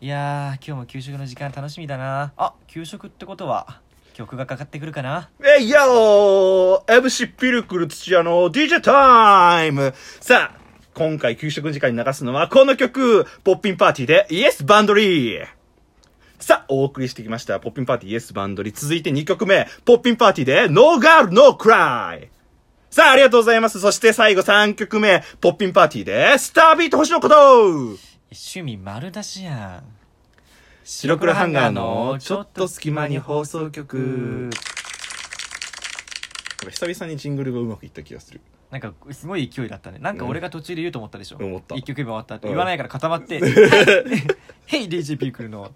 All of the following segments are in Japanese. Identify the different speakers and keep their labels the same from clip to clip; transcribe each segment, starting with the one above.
Speaker 1: いやー今日も給食の時間楽しみだなあ給食ってことは曲がかかってくるかな
Speaker 2: えいやろー !MC ピルクル土屋の DJ タイムさあ、今回給食時間に流すのはこの曲ポッピンパーティーでイエスバンドリーさあ、お送りしてきました。ポッピンパーティーイエスバンドリー。続いて2曲目。ポッピンパーティーでノーガールノークライさあ、ありがとうございます。そして最後3曲目。ポッピンパーティーでスタービート星のこと
Speaker 1: 趣味丸出しやん
Speaker 2: 白黒ハンガーのちょっと隙間に放送局。これ久々にジングルがうまくいった気がする。
Speaker 1: なんかすごい勢いだったねなんか俺が途中で言うと思ったでしょ、
Speaker 2: うん思った
Speaker 1: 1曲目終わったって
Speaker 2: うん
Speaker 1: 言わないから固ま って「 はいヘイ DJ ピークルの」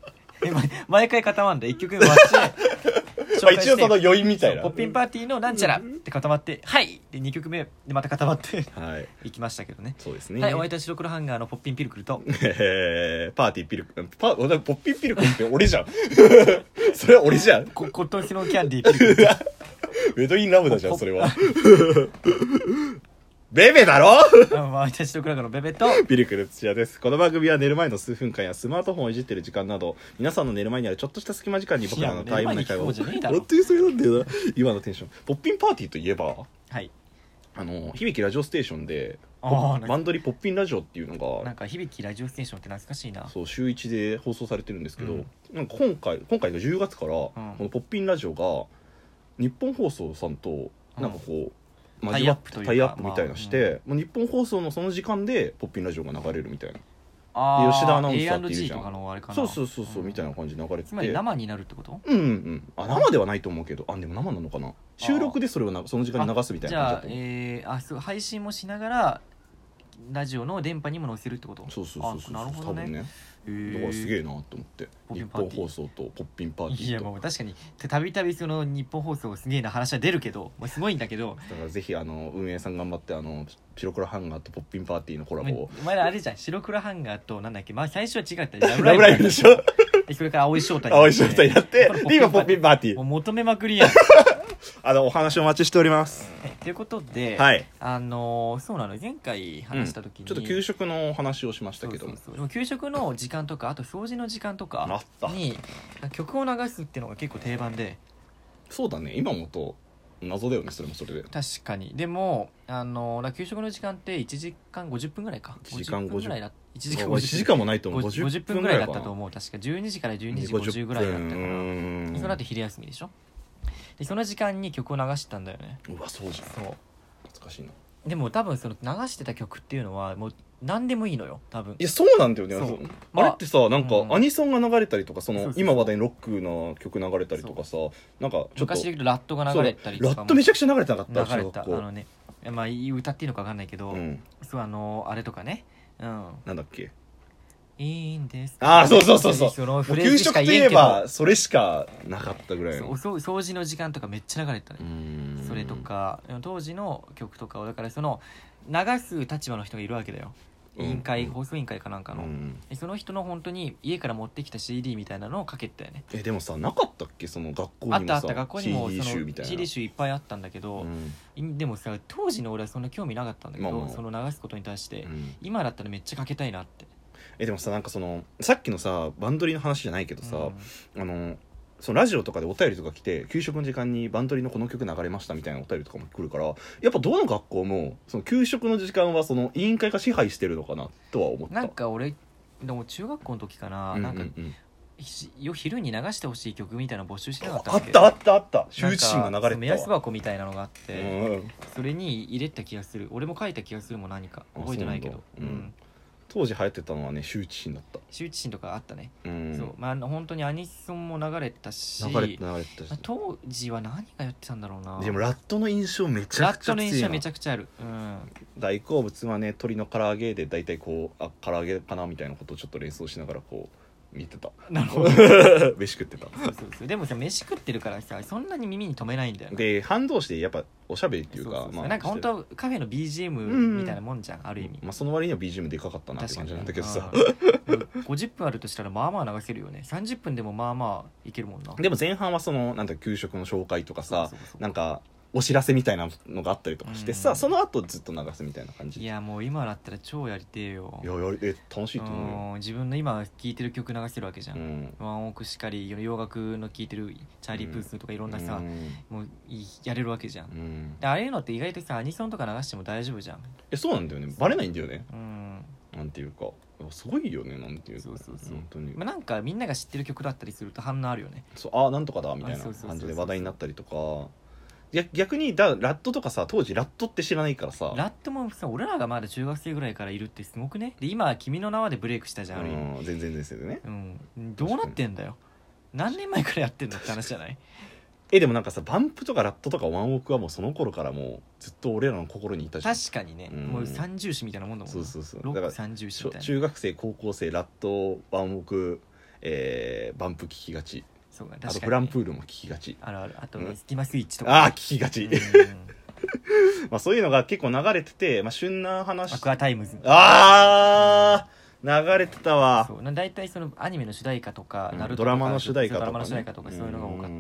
Speaker 1: えま毎回固まんだ1曲目終わって
Speaker 2: まあ一応その
Speaker 1: み
Speaker 2: 余韻みたいな。
Speaker 1: ポッピンパーティーのなんちゃらって固まって「はい!」で2曲目でまた固まって
Speaker 2: はい。
Speaker 1: いきましたけどね
Speaker 2: そうですね。
Speaker 1: はいお相手は白黒ハンガーのポッピンピルクルと
Speaker 2: えー パーティーピルク、パ、俺ポッピンピルクって俺じゃん。 それは俺じゃん。
Speaker 1: こ今年のキャンディーピ ルクル
Speaker 2: ウェドインラムダじゃん、それは。 ベベだろ
Speaker 1: あのお相手は白黒ハンガーのベベと
Speaker 2: ピルクル土屋です。この番組は寝る前の数分間やスマートフォンをいじってる時間など、皆さんの寝る前にあるちょっとした隙間時間に僕らのタイムの会話
Speaker 1: い
Speaker 2: を。
Speaker 1: や寝る前に聞こうじゃねえだろ
Speaker 2: 本当にそれなんだよな。今のテンション。ポッピンパーティーといえば、
Speaker 1: はい
Speaker 2: あの、響きラジオステーションで、
Speaker 1: あーなんか
Speaker 2: バンドリポッピンラジオっていうのが
Speaker 1: なんか響きラジオステーションって懐かしいな
Speaker 2: そう週1で放送されてるんですけど、
Speaker 1: うん
Speaker 2: なんか今回今回の10月から、この「ポッピンラジオ」が日本放送さんとなんかこう、
Speaker 1: タイ
Speaker 2: 交
Speaker 1: ア
Speaker 2: わ
Speaker 1: ッ
Speaker 2: っ
Speaker 1: プ
Speaker 2: て
Speaker 1: というか
Speaker 2: タイアップみたいなのして、もう日本放送のその時間で「ポッピンラジオ」が流れるみたいな
Speaker 1: ああ
Speaker 2: 吉田アナウンサーっていうじゃん
Speaker 1: A&G とかのあれかな
Speaker 2: そうそうそうそう、
Speaker 1: ん
Speaker 2: みたいな感じで流れて
Speaker 1: つ
Speaker 2: て
Speaker 1: まり生になるってこと
Speaker 2: うんうんあ生ではないと思うけどあでも生なのかな収録でそれをなその時間に流すみたい
Speaker 1: じ
Speaker 2: な感じだ
Speaker 1: ゃあ
Speaker 2: と思う
Speaker 1: えー、あそう配信もしながらラジオの電波にも載せるってこと
Speaker 2: そうそうそうそう
Speaker 1: あなるほど
Speaker 2: 多
Speaker 1: ね
Speaker 2: 分ね
Speaker 1: へ
Speaker 2: だ
Speaker 1: ー
Speaker 2: からすげえなと思って
Speaker 1: ポッ
Speaker 2: 日
Speaker 1: ピンパーテ
Speaker 2: 本
Speaker 1: ィー
Speaker 2: 放送とポッピンパーティ
Speaker 1: い
Speaker 2: ー
Speaker 1: や
Speaker 2: と
Speaker 1: もう確かにたびたびその日本放送すげえな話は出るけどもうすごいんだけど
Speaker 2: だからぜひあの運営さん頑張ってあの白黒ハンガーとポッピンパーティーのコラボを
Speaker 1: お前らあれじゃん白黒ハンガーとなんだっけまあ最初は違ったよラ
Speaker 2: ラブライブでしょ
Speaker 1: でそれから青い正太に
Speaker 2: 青い正体やって
Speaker 1: こ
Speaker 2: で
Speaker 1: れ
Speaker 2: 今ポッピンパーティ
Speaker 1: も
Speaker 2: ー
Speaker 1: う求めまく りやん
Speaker 2: あのお話をお待ちしております
Speaker 1: ということで、
Speaker 2: はい
Speaker 1: あのーそうなの前回話した時に、
Speaker 2: ちょっと給食のお話をしましたけども
Speaker 1: そうそうそうでも給食の時間とかあと掃除の時間と
Speaker 2: あ
Speaker 1: か
Speaker 2: った
Speaker 1: に曲を流すっていうのが結構定番で
Speaker 2: そうだね今もと謎だよねそれもそれで
Speaker 1: 確かにでもあのだから給食の時間って1時間50分ぐらいか
Speaker 2: 1時間50
Speaker 1: ぐらいだ1時間
Speaker 2: 1時間もないと思う
Speaker 1: 50
Speaker 2: 50
Speaker 1: 分ぐ
Speaker 2: 分ぐ
Speaker 1: ら
Speaker 2: ら
Speaker 1: いだ
Speaker 2: いか
Speaker 1: ったと
Speaker 2: う
Speaker 1: 思う確か12時から12時50ぐらいだったからその後昼休みでしょでその時間に曲を流してたんだよね
Speaker 2: うわそうじゃん
Speaker 1: そう
Speaker 2: 懐かしいな
Speaker 1: でも多分その流してた曲っていうのはもう何でもいいのよ多分
Speaker 2: いやそうなんだよね
Speaker 1: そう
Speaker 2: あれってさなん
Speaker 1: う
Speaker 2: か
Speaker 1: ん
Speaker 2: アニソンが流れたりとかそ
Speaker 1: そうそう
Speaker 2: の
Speaker 1: そう
Speaker 2: 今話題のロックの曲流れたりとかさなんかちょっと
Speaker 1: 昔で言うとラットが流れたりと
Speaker 2: そうラ
Speaker 1: か
Speaker 2: ッ
Speaker 1: も
Speaker 2: トめちゃくちゃ流れてなかった
Speaker 1: 流れたあ
Speaker 2: 小学校
Speaker 1: のねまあいい歌っていうのか分かんないけど、
Speaker 2: うん
Speaker 1: そうあのあれとかねうん
Speaker 2: なんだっけ
Speaker 1: いいんです
Speaker 2: ああそうそうそうそう
Speaker 1: の
Speaker 2: も
Speaker 1: フ
Speaker 2: う
Speaker 1: レー
Speaker 2: 給
Speaker 1: ズし
Speaker 2: 食
Speaker 1: か
Speaker 2: とい
Speaker 1: 言え
Speaker 2: え
Speaker 1: んけど
Speaker 2: ばそれしかなかったぐらい
Speaker 1: そ
Speaker 2: の
Speaker 1: うそう掃除の時間とかめっちゃ流れてたね
Speaker 2: ん
Speaker 1: それとか当時の曲とかをだからその流す立場の人がいるわけだよ委員会、
Speaker 2: うん
Speaker 1: 放送委員会かなんか
Speaker 2: う
Speaker 1: の、
Speaker 2: ん
Speaker 1: でその人の本当に家から持ってきた CD みたいなのをかけてたよね
Speaker 2: えでもさなかったっけその学校にも
Speaker 1: あ
Speaker 2: さ
Speaker 1: ったあった学校にも
Speaker 2: CD
Speaker 1: そ
Speaker 2: 集
Speaker 1: の
Speaker 2: みたいな
Speaker 1: CD 集いっぱいあったんだけど
Speaker 2: う、ん
Speaker 1: いでもさ当時の俺はそんな興味なかったんだけど、
Speaker 2: まあまあ
Speaker 1: その流すことに対して、
Speaker 2: うん
Speaker 1: 今だったらめっちゃかけたいなって
Speaker 2: えでもさなんかそのさっきのさバンドリーの話じゃないけどさ、
Speaker 1: うん
Speaker 2: あのそのラジオとかでお便りとか来て給食の時間にバンドリーのこの曲流れましたみたいなお便りとかも来るからやっぱどの学校もその給食の時間はその委員会が支配してるのかなとは思った
Speaker 1: なんか俺でも中学校の時かな、
Speaker 2: うんうん
Speaker 1: な
Speaker 2: う
Speaker 1: んか
Speaker 2: ん
Speaker 1: ひよ昼に流してほしい曲みたいなの募集してなかった
Speaker 2: あっ
Speaker 1: け
Speaker 2: たあ
Speaker 1: た
Speaker 2: ったあった羞恥心が流れてたわ
Speaker 1: 目安箱みたいなのがあって、
Speaker 2: うん
Speaker 1: それに入れた気がする俺も書いた気がするもん何か
Speaker 2: あ
Speaker 1: 覚えてないけど
Speaker 2: そうなんだうん当時流行ってたのはね羞恥心だった
Speaker 1: 羞恥心とかあったね、
Speaker 2: うん
Speaker 1: そうまああの本当にアニソンも流れてたし
Speaker 2: 流れて流れてた
Speaker 1: まあ当時は何がやってたんだろうな
Speaker 2: でもラットの印象めちゃ
Speaker 1: ラ
Speaker 2: く
Speaker 1: ッ
Speaker 2: ちゃ
Speaker 1: トの印
Speaker 2: 強
Speaker 1: 象
Speaker 2: い
Speaker 1: め
Speaker 2: な
Speaker 1: ちゃくちゃある、うん、
Speaker 2: 大好物はね鶏の唐揚げで大体こうあ唐揚げかなみたいなことをちょっと連想しながらこう見て た
Speaker 1: なるほど
Speaker 2: 飯食ってた
Speaker 1: そうそうそうでもさ飯食ってるからさそんなに耳に留めないんだよな
Speaker 2: で反動してやっぱおしゃべりっていう
Speaker 1: そう
Speaker 2: か
Speaker 1: そうそう
Speaker 2: まあ
Speaker 1: なんか本
Speaker 2: して
Speaker 1: 当カフェの BGM
Speaker 2: ん
Speaker 1: みたいなもんじゃん、ある意味
Speaker 2: まあその割には BGM でかかったなって感じなんだけどさ
Speaker 1: うんでも50分あるとしたらまあまあ流せるよね30分でもまあまあいけるもんな
Speaker 2: でも前半はそのなんだ給食の紹介とかさ
Speaker 1: そうそうそう
Speaker 2: なんかお知らせみたいなのがあったりとかしてさ、
Speaker 1: うん
Speaker 2: その後ずっと流すみたいな感じ
Speaker 1: い
Speaker 2: いや
Speaker 1: やもう今だったら超やりてえよ
Speaker 2: やりえ楽しいと思
Speaker 1: うん自分の今聴いてる曲流してるわけじゃ、
Speaker 2: うよ、うんん、
Speaker 1: ワンオークしかり洋楽の聴いてるチャーリー・プースとかいろんなさ
Speaker 2: う、ん
Speaker 1: もういやれるわけじゃん、
Speaker 2: うん
Speaker 1: でああいうのって意外とさアニソンとか流しても大丈夫じゃん
Speaker 2: えそうなんだよねバレないんだよね
Speaker 1: うん、
Speaker 2: なんていうかすごいよねなんていうか
Speaker 1: そうそうそう
Speaker 2: 本当に
Speaker 1: まあ、なんかみんなが知ってる曲だったりすると反応あるよね
Speaker 2: そうあなんとかだみたい
Speaker 1: あ
Speaker 2: な
Speaker 1: そうそうそうそう
Speaker 2: 感じで話題になったりとか逆逆にだラットとかさ当時ラットって知らないからさ
Speaker 1: ラットもさ俺らがまだ中学生ぐらいからいるってすごくねで今「君の名は」でブレイクしたじゃんある意味
Speaker 2: うん全然ですよね
Speaker 1: うんどうなってんだよ何年前からやってんだって話じゃない
Speaker 2: えでもなんかさバンプとかラットとかワンオクはもうその頃からもうずっと俺らの心にいたじゃん
Speaker 1: 確かにね、
Speaker 2: うん
Speaker 1: もう三重視みたいなもんだもんな
Speaker 2: そうそうそう
Speaker 1: ロ
Speaker 2: だ
Speaker 1: ッ
Speaker 2: か
Speaker 1: ク
Speaker 2: ら
Speaker 1: 三重視
Speaker 2: 小
Speaker 1: みたいな
Speaker 2: 中学生高校生ラットワンオク、えーバンプ聞きがち
Speaker 1: そうか確かに、
Speaker 2: あとフランプールも聞きがち
Speaker 1: あるあるあと、
Speaker 2: うん
Speaker 1: スキマスイッチと
Speaker 2: あ
Speaker 1: か
Speaker 2: あ聞きがち、
Speaker 1: うん
Speaker 2: まあそういうのが結構流れてて、まあ、旬な 話
Speaker 1: アクアタイムズ
Speaker 2: あー流れてたわ
Speaker 1: そうな大体そのアニメの主題歌とか、
Speaker 2: うん
Speaker 1: ナルトと
Speaker 2: ド
Speaker 1: か
Speaker 2: ラマの主題歌と
Speaker 1: ド
Speaker 2: か、
Speaker 1: ラマの
Speaker 2: ね、
Speaker 1: 主題歌とかそういうのが多かっ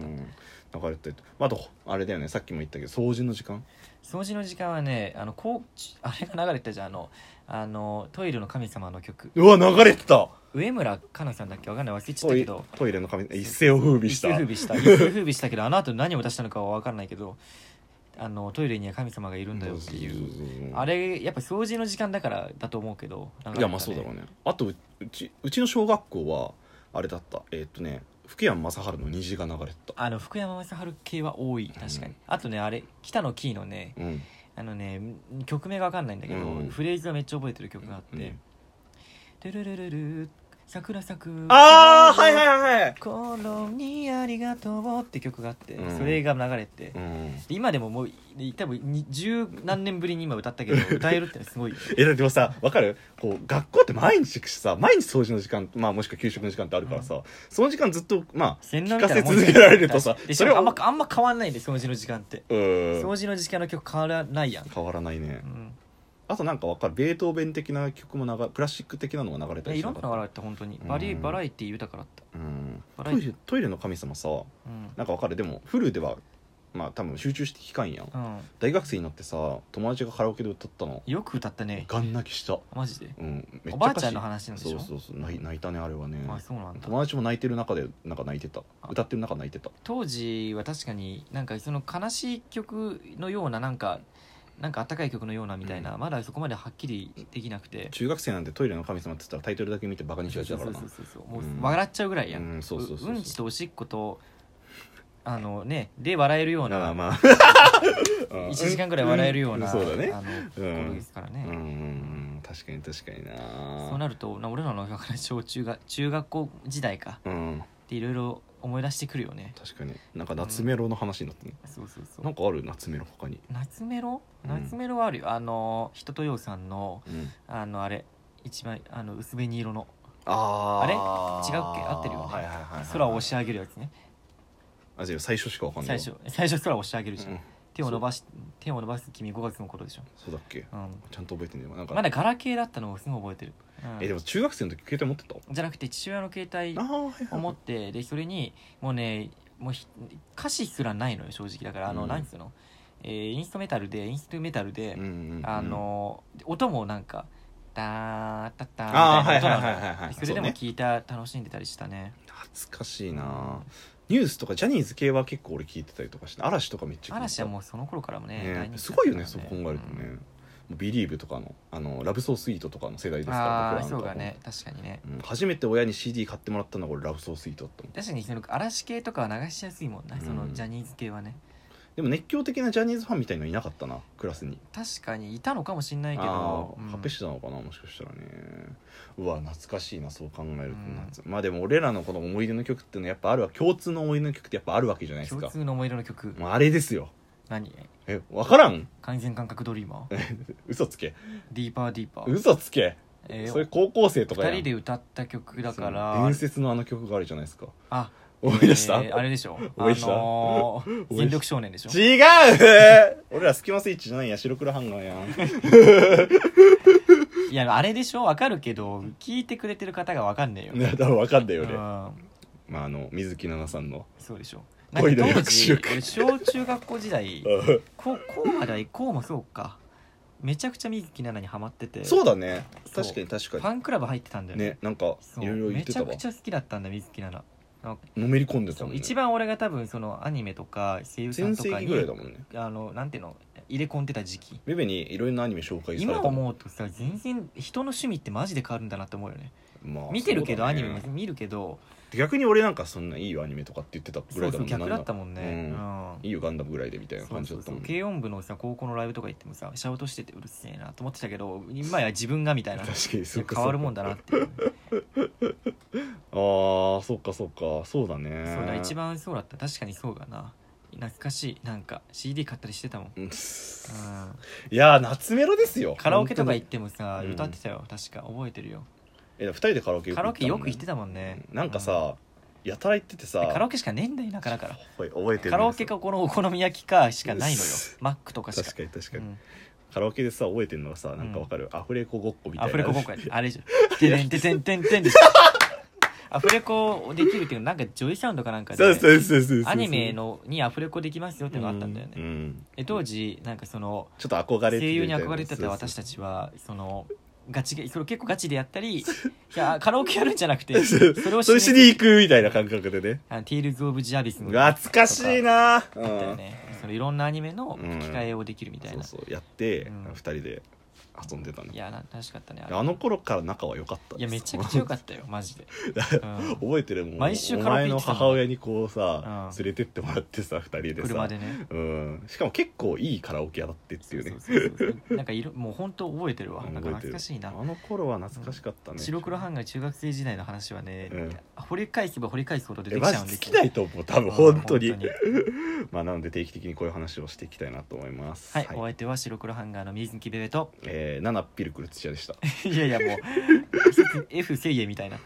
Speaker 1: た
Speaker 2: た流れててあとあれだよねさっきも言ったけど掃除の時間
Speaker 1: 掃除の時間はねあのこうちあれが流れてたじゃんあのあのトイレの神様の曲
Speaker 2: うわ流れてた
Speaker 1: 上村かなさんだっけわかんない忘れちゃっ
Speaker 2: ト
Speaker 1: たけ
Speaker 2: イ
Speaker 1: ど
Speaker 2: トイレの紙一世を風靡した
Speaker 1: 一世風靡した一世風靡したけどあの後何を出したのかはわかんないけどあのトイレには神様がいるんだよっていう
Speaker 2: う
Speaker 1: あれやっぱ掃除の時間だからだと思うけど流れてたね
Speaker 2: いやまあそうだろうねあとううちうちの小学校はあれだったえーっとね福山雅治の虹が流れてた
Speaker 1: あの福山雅治系は多い確かに、
Speaker 2: うん
Speaker 1: あとねあれ北野キーのね
Speaker 2: うん
Speaker 1: あのね曲名がわかんないんだけど、
Speaker 2: うん
Speaker 1: フレーズはめっちゃ覚えてる曲があって「
Speaker 2: うん
Speaker 1: ルルルルル桜咲く
Speaker 2: ああはいはいはいはい
Speaker 1: 心にありがとう」って曲があって、
Speaker 2: うん
Speaker 1: それが流れて、
Speaker 2: うん
Speaker 1: 今でももうい多分に十何年ぶりに今歌ったけど歌えるってのはすごい よ
Speaker 2: えでもさ分かるこう学校って毎日行くしさ毎日掃除の時間、まあ、もしくは給食の時間ってあるからさ、その時間ずっとまあ
Speaker 1: 洗脳
Speaker 2: 聞
Speaker 1: み
Speaker 2: か
Speaker 1: たい
Speaker 2: せ
Speaker 1: なもんじ
Speaker 2: 続
Speaker 1: ゃん
Speaker 2: けられるとさ
Speaker 1: でし
Speaker 2: そ
Speaker 1: か
Speaker 2: れ
Speaker 1: もあ
Speaker 2: は
Speaker 1: んまあんま変わんないんで掃除の時間って、
Speaker 2: うん
Speaker 1: 掃除の時間の曲変わらないやん、
Speaker 2: 変わらないね
Speaker 1: うん、
Speaker 2: あとなんか分かるベートーベン的な曲も流れクラシック的なのが流れた
Speaker 1: で
Speaker 2: り
Speaker 1: い
Speaker 2: し
Speaker 1: ろ
Speaker 2: なん
Speaker 1: な
Speaker 2: かった
Speaker 1: のがあって本当にバリ
Speaker 2: うん
Speaker 1: バラエティ豊かだった、
Speaker 2: うん
Speaker 1: バ
Speaker 2: ト
Speaker 1: ラエテ
Speaker 2: イレトイレの神様さ
Speaker 1: うん
Speaker 2: なんか分かるでもフルではまあ多分集中して聞かんやん
Speaker 1: うん、
Speaker 2: 大学生になってさ友達がカラオケで歌ったの
Speaker 1: よく歌ったね
Speaker 2: ガン泣きした
Speaker 1: マジで
Speaker 2: うんめっちゃ歌詞
Speaker 1: おばあちゃんの話なんでしょ
Speaker 2: そうそうそう泣い泣いたねあれはね
Speaker 1: あそうなんだ
Speaker 2: 友達も泣いてる中でなんか泣いてた
Speaker 1: あ
Speaker 2: 歌ってる中泣いてた
Speaker 1: 当時は確かになんかその悲しい曲のようななんかなんか温かい曲のようなみたいな、まだそこまではっきりできなくて
Speaker 2: 中学生なんてトイレの神様って言ったらタイトルだけ見てバカにしがちだからな
Speaker 1: そうそうそうそうもう
Speaker 2: うん
Speaker 1: 笑っちゃうぐらいやん、
Speaker 2: うんそうそうそうそう
Speaker 1: うんちとおしっことあのねで笑えるよう
Speaker 2: まあ
Speaker 1: な
Speaker 2: まあ うん
Speaker 1: 1時間ぐらい笑えるような、
Speaker 2: んそうだね
Speaker 1: あの
Speaker 2: うん
Speaker 1: ことですから
Speaker 2: うんうん
Speaker 1: ね、
Speaker 2: うん確かに確かにな
Speaker 1: そうなるとな俺らのだから小中学中学校時代か
Speaker 2: う
Speaker 1: っ
Speaker 2: ん
Speaker 1: ていろいろ思い出してくるよね
Speaker 2: 確かになんか夏メロの話になってね、
Speaker 1: そうそうそ
Speaker 2: な
Speaker 1: うん
Speaker 2: かある夏メロ他に
Speaker 1: 夏メロ
Speaker 2: うん
Speaker 1: 夏メロはあるよ、あの人とようさんの
Speaker 2: うん
Speaker 1: あのあれ一枚あの薄紅色の
Speaker 2: あ
Speaker 1: あれ違うっけ合ってるよね
Speaker 2: はいはいはいはい、
Speaker 1: 空を押し上げるやつね
Speaker 2: あじゃあ最初しかわかんな
Speaker 1: 最
Speaker 2: い
Speaker 1: 初最初空を押し上げるじゃん、
Speaker 2: うん
Speaker 1: 手を伸ばし手を伸ばす君5月のことでしょ、
Speaker 2: そうだっけ
Speaker 1: うん、
Speaker 2: ちゃんと覚えてんねえわなんか、
Speaker 1: まだガラケーだったのをすごい覚えてる、うん
Speaker 2: えでも中学生の時携帯持ってた
Speaker 1: じゃなくて父親の携帯
Speaker 2: ああはいはい
Speaker 1: を持ってでそれにもうねもうひ歌詞すらないのよ正直だからあの、
Speaker 2: うん
Speaker 1: なんつうの、えーインストメタルでインストメタルで、
Speaker 2: うんうんうん
Speaker 1: あの音もなんか「ダータッター」
Speaker 2: あー
Speaker 1: みたいな音
Speaker 2: はいはいはい
Speaker 1: な
Speaker 2: はいは
Speaker 1: の
Speaker 2: い
Speaker 1: でそれでも
Speaker 2: そうね
Speaker 1: 聞いた楽しんでたりしたね
Speaker 2: 懐かしいなニュースとかジャニーズ系は結構俺聞いてたりとかして嵐とかめっちゃ聞いてた
Speaker 1: 嵐はもうその頃からもね大
Speaker 2: ね
Speaker 1: 人気だった
Speaker 2: すごいよね
Speaker 1: から
Speaker 2: そう考えると
Speaker 1: うん
Speaker 2: ね、ビリーブとかのあのラブソースイートとかの世代ですから
Speaker 1: ああ
Speaker 2: 僕ら
Speaker 1: そ
Speaker 2: なん
Speaker 1: う
Speaker 2: かは
Speaker 1: だね確かにね
Speaker 2: うん初めて親に CD 買ってもらったのが俺ラブソースイートだったもん
Speaker 1: 確かにその嵐系とかは流しやすいもんな、
Speaker 2: うん
Speaker 1: そのジャニーズ系はね
Speaker 2: でも熱狂的なジャニーズファンみたいのいなかったなクラスに
Speaker 1: 確かにいたのかもしんないけ
Speaker 2: あ
Speaker 1: ど
Speaker 2: あ
Speaker 1: うん
Speaker 2: 発表してたのかなもしかしたらねうわ懐かしいなそう考えると、
Speaker 1: うん
Speaker 2: 夏まあでも俺らのこの思い出の曲っていうのはやっぱあるわ共通の思い出の曲ってやっぱあるわけじゃないです
Speaker 1: 共
Speaker 2: か
Speaker 1: 通の思い出の曲、
Speaker 2: もうあれですよ
Speaker 1: 何
Speaker 2: え分からん
Speaker 1: 完全感覚ドリーマー
Speaker 2: 嘘つけ
Speaker 1: ディーパーディーパー、
Speaker 2: 嘘つけ
Speaker 1: えー
Speaker 2: それ高校生とかや
Speaker 1: 二
Speaker 2: ん
Speaker 1: 人で歌った曲だか
Speaker 2: そ
Speaker 1: ら
Speaker 2: の伝説のあの曲があるじゃないですか
Speaker 1: あ
Speaker 2: 思い出した、
Speaker 1: えーあれでしょ
Speaker 2: 思い出した
Speaker 1: あのー
Speaker 2: 思い出した
Speaker 1: 全力少年でしょ
Speaker 2: 違う 俺らスキマスイッチじゃないや白黒ハンガーやん
Speaker 1: いやあれでしょわかるけど聞いてくれてる方がわかんねえよ、
Speaker 2: いや多分分かんないよ
Speaker 1: う
Speaker 2: ね、
Speaker 1: ん
Speaker 2: まああの水木奈々さんの
Speaker 1: そうでしょ
Speaker 2: ごいね
Speaker 1: なんか当
Speaker 2: 握手
Speaker 1: 時
Speaker 2: 力
Speaker 1: 俺小中学校時代
Speaker 2: うん
Speaker 1: ここうまではこうもそうかめちゃくちゃ水木奈々にハマってて
Speaker 2: そうだね
Speaker 1: そう
Speaker 2: 確かに確
Speaker 1: フ
Speaker 2: か
Speaker 1: ァンクラブ入ってたんだ
Speaker 2: に
Speaker 1: よね
Speaker 2: ねなんか
Speaker 1: そう
Speaker 2: いろいろ言っ
Speaker 1: め
Speaker 2: て
Speaker 1: ち
Speaker 2: た
Speaker 1: ゃ
Speaker 2: わ
Speaker 1: くちゃ好きだったんだ水木奈々なんか
Speaker 2: のめり込んでた
Speaker 1: そ
Speaker 2: もん
Speaker 1: う
Speaker 2: ね
Speaker 1: 一番俺が多分そのアニメとか声優さん
Speaker 2: 全
Speaker 1: と
Speaker 2: 盛
Speaker 1: か
Speaker 2: 期
Speaker 1: に
Speaker 2: ぐらいだもんね
Speaker 1: あのなんていうの入れ込んでた時期
Speaker 2: ベベにいろいろなアニメ紹介され
Speaker 1: 今
Speaker 2: たもん
Speaker 1: 思うとさ全然人の趣味ってマジで変わるんだなって思うよね
Speaker 2: まあ
Speaker 1: 見てるけど、
Speaker 2: そう
Speaker 1: ア
Speaker 2: だね
Speaker 1: ニメも見るけど
Speaker 2: 逆に俺なんかそんないいよアニメとかって言ってたぐ
Speaker 1: そ
Speaker 2: ら
Speaker 1: う
Speaker 2: い
Speaker 1: そ
Speaker 2: だも
Speaker 1: うん逆だった
Speaker 2: ん
Speaker 1: もんね
Speaker 2: う
Speaker 1: うん
Speaker 2: いいよガンダムぐらいでみたいな感じだったもんね
Speaker 1: 軽音部のさ高校のライブとか行ってもさシャウトしててうるせえなと思ってたけど今や自分がみたいな
Speaker 2: 確かにそうか
Speaker 1: 変わるもんだなっていう
Speaker 2: あーそうかそうかそうだね
Speaker 1: そうだ一番そうだった確かにそうだな懐かしいなんか CD 買ったりしてたもん、
Speaker 2: うん
Speaker 1: うん、
Speaker 2: いやー夏メロですよ
Speaker 1: カラオケとか
Speaker 2: 本
Speaker 1: 行ってもさ
Speaker 2: うん
Speaker 1: 歌ってたよ確か覚えてるよ
Speaker 2: 当にえ二人でカラオケ
Speaker 1: カラオケよく行っててたもんね
Speaker 2: なんかさやたら行ってて
Speaker 1: う
Speaker 2: さ
Speaker 1: んカラオケしかねえんだよだからから
Speaker 2: はい覚えてる
Speaker 1: カラオケかこのお好み焼きかしかないのよ
Speaker 2: う
Speaker 1: マックとかしか
Speaker 2: 確かに確か
Speaker 1: う
Speaker 2: に
Speaker 1: ん
Speaker 2: カラオケでさ覚えてるのがさなんかわかるアフレコごっこみたいな
Speaker 1: アフレコ今回あれじゃん「てんてんてんてんてん」 でしょアフレコできるっていうなんかジョイサウンドかなんかで
Speaker 2: そうそうそうそうそう
Speaker 1: アニメのにアフレコできますよっていうのがあったんだよ
Speaker 2: う
Speaker 1: ね
Speaker 2: ん
Speaker 1: で当時なんかその
Speaker 2: ちょっと憧れ
Speaker 1: 声優に憧れてた私
Speaker 2: た
Speaker 1: たちはそのガチゲそれ結構ガチでやった りいやカラオケやるんじゃなくてそ
Speaker 2: そ
Speaker 1: うれを
Speaker 2: それしに行くみたいな感覚でね
Speaker 1: あのティールズ・オブ・ジアビスの
Speaker 2: 懐かしい
Speaker 1: だ
Speaker 2: なぁ
Speaker 1: った
Speaker 2: う
Speaker 1: よ
Speaker 2: ん
Speaker 1: ねそのいろんなアニメの吹き替えをできるみたい
Speaker 2: そう
Speaker 1: な
Speaker 2: そうやって
Speaker 1: うん
Speaker 2: 二人で遊んでた
Speaker 1: い
Speaker 2: ね
Speaker 1: やな楽しかったねあれ
Speaker 2: あの頃から仲は良かった
Speaker 1: いやめちゃくちゃ良かったよマジで、うん
Speaker 2: 覚えてるもん
Speaker 1: 毎週
Speaker 2: お
Speaker 1: カラオ
Speaker 2: 前
Speaker 1: ケ行
Speaker 2: の
Speaker 1: ってたもん
Speaker 2: 母親にこうさ
Speaker 1: うん
Speaker 2: 連れてってもらってさ二人で
Speaker 1: 車
Speaker 2: さ
Speaker 1: でね
Speaker 2: うんしかも結構いいカラオケ屋だってっていうね
Speaker 1: そうそうそうそうなんかい ろもう本当覚えてるわ
Speaker 2: うん
Speaker 1: なんか
Speaker 2: 覚え
Speaker 1: 懐
Speaker 2: てる
Speaker 1: かしいな
Speaker 2: あの頃は懐かしかったね
Speaker 1: 白黒ハンガー中学生時代の話はね、
Speaker 2: うん
Speaker 1: 掘り返せば掘り返すほど出
Speaker 2: え
Speaker 1: てき
Speaker 2: マ
Speaker 1: ちゃうんで
Speaker 2: ジ尽
Speaker 1: す
Speaker 2: き
Speaker 1: よ
Speaker 2: ないと思う多分
Speaker 1: うん
Speaker 2: 本当に
Speaker 1: 本当に
Speaker 2: まあなので定期的にこういう話をしていきたいなと思います
Speaker 1: はい、お相手は白黒ハンガーの水木ベベと
Speaker 2: えーナナピルクル土屋でした
Speaker 1: いやいやもう F せいえみたいな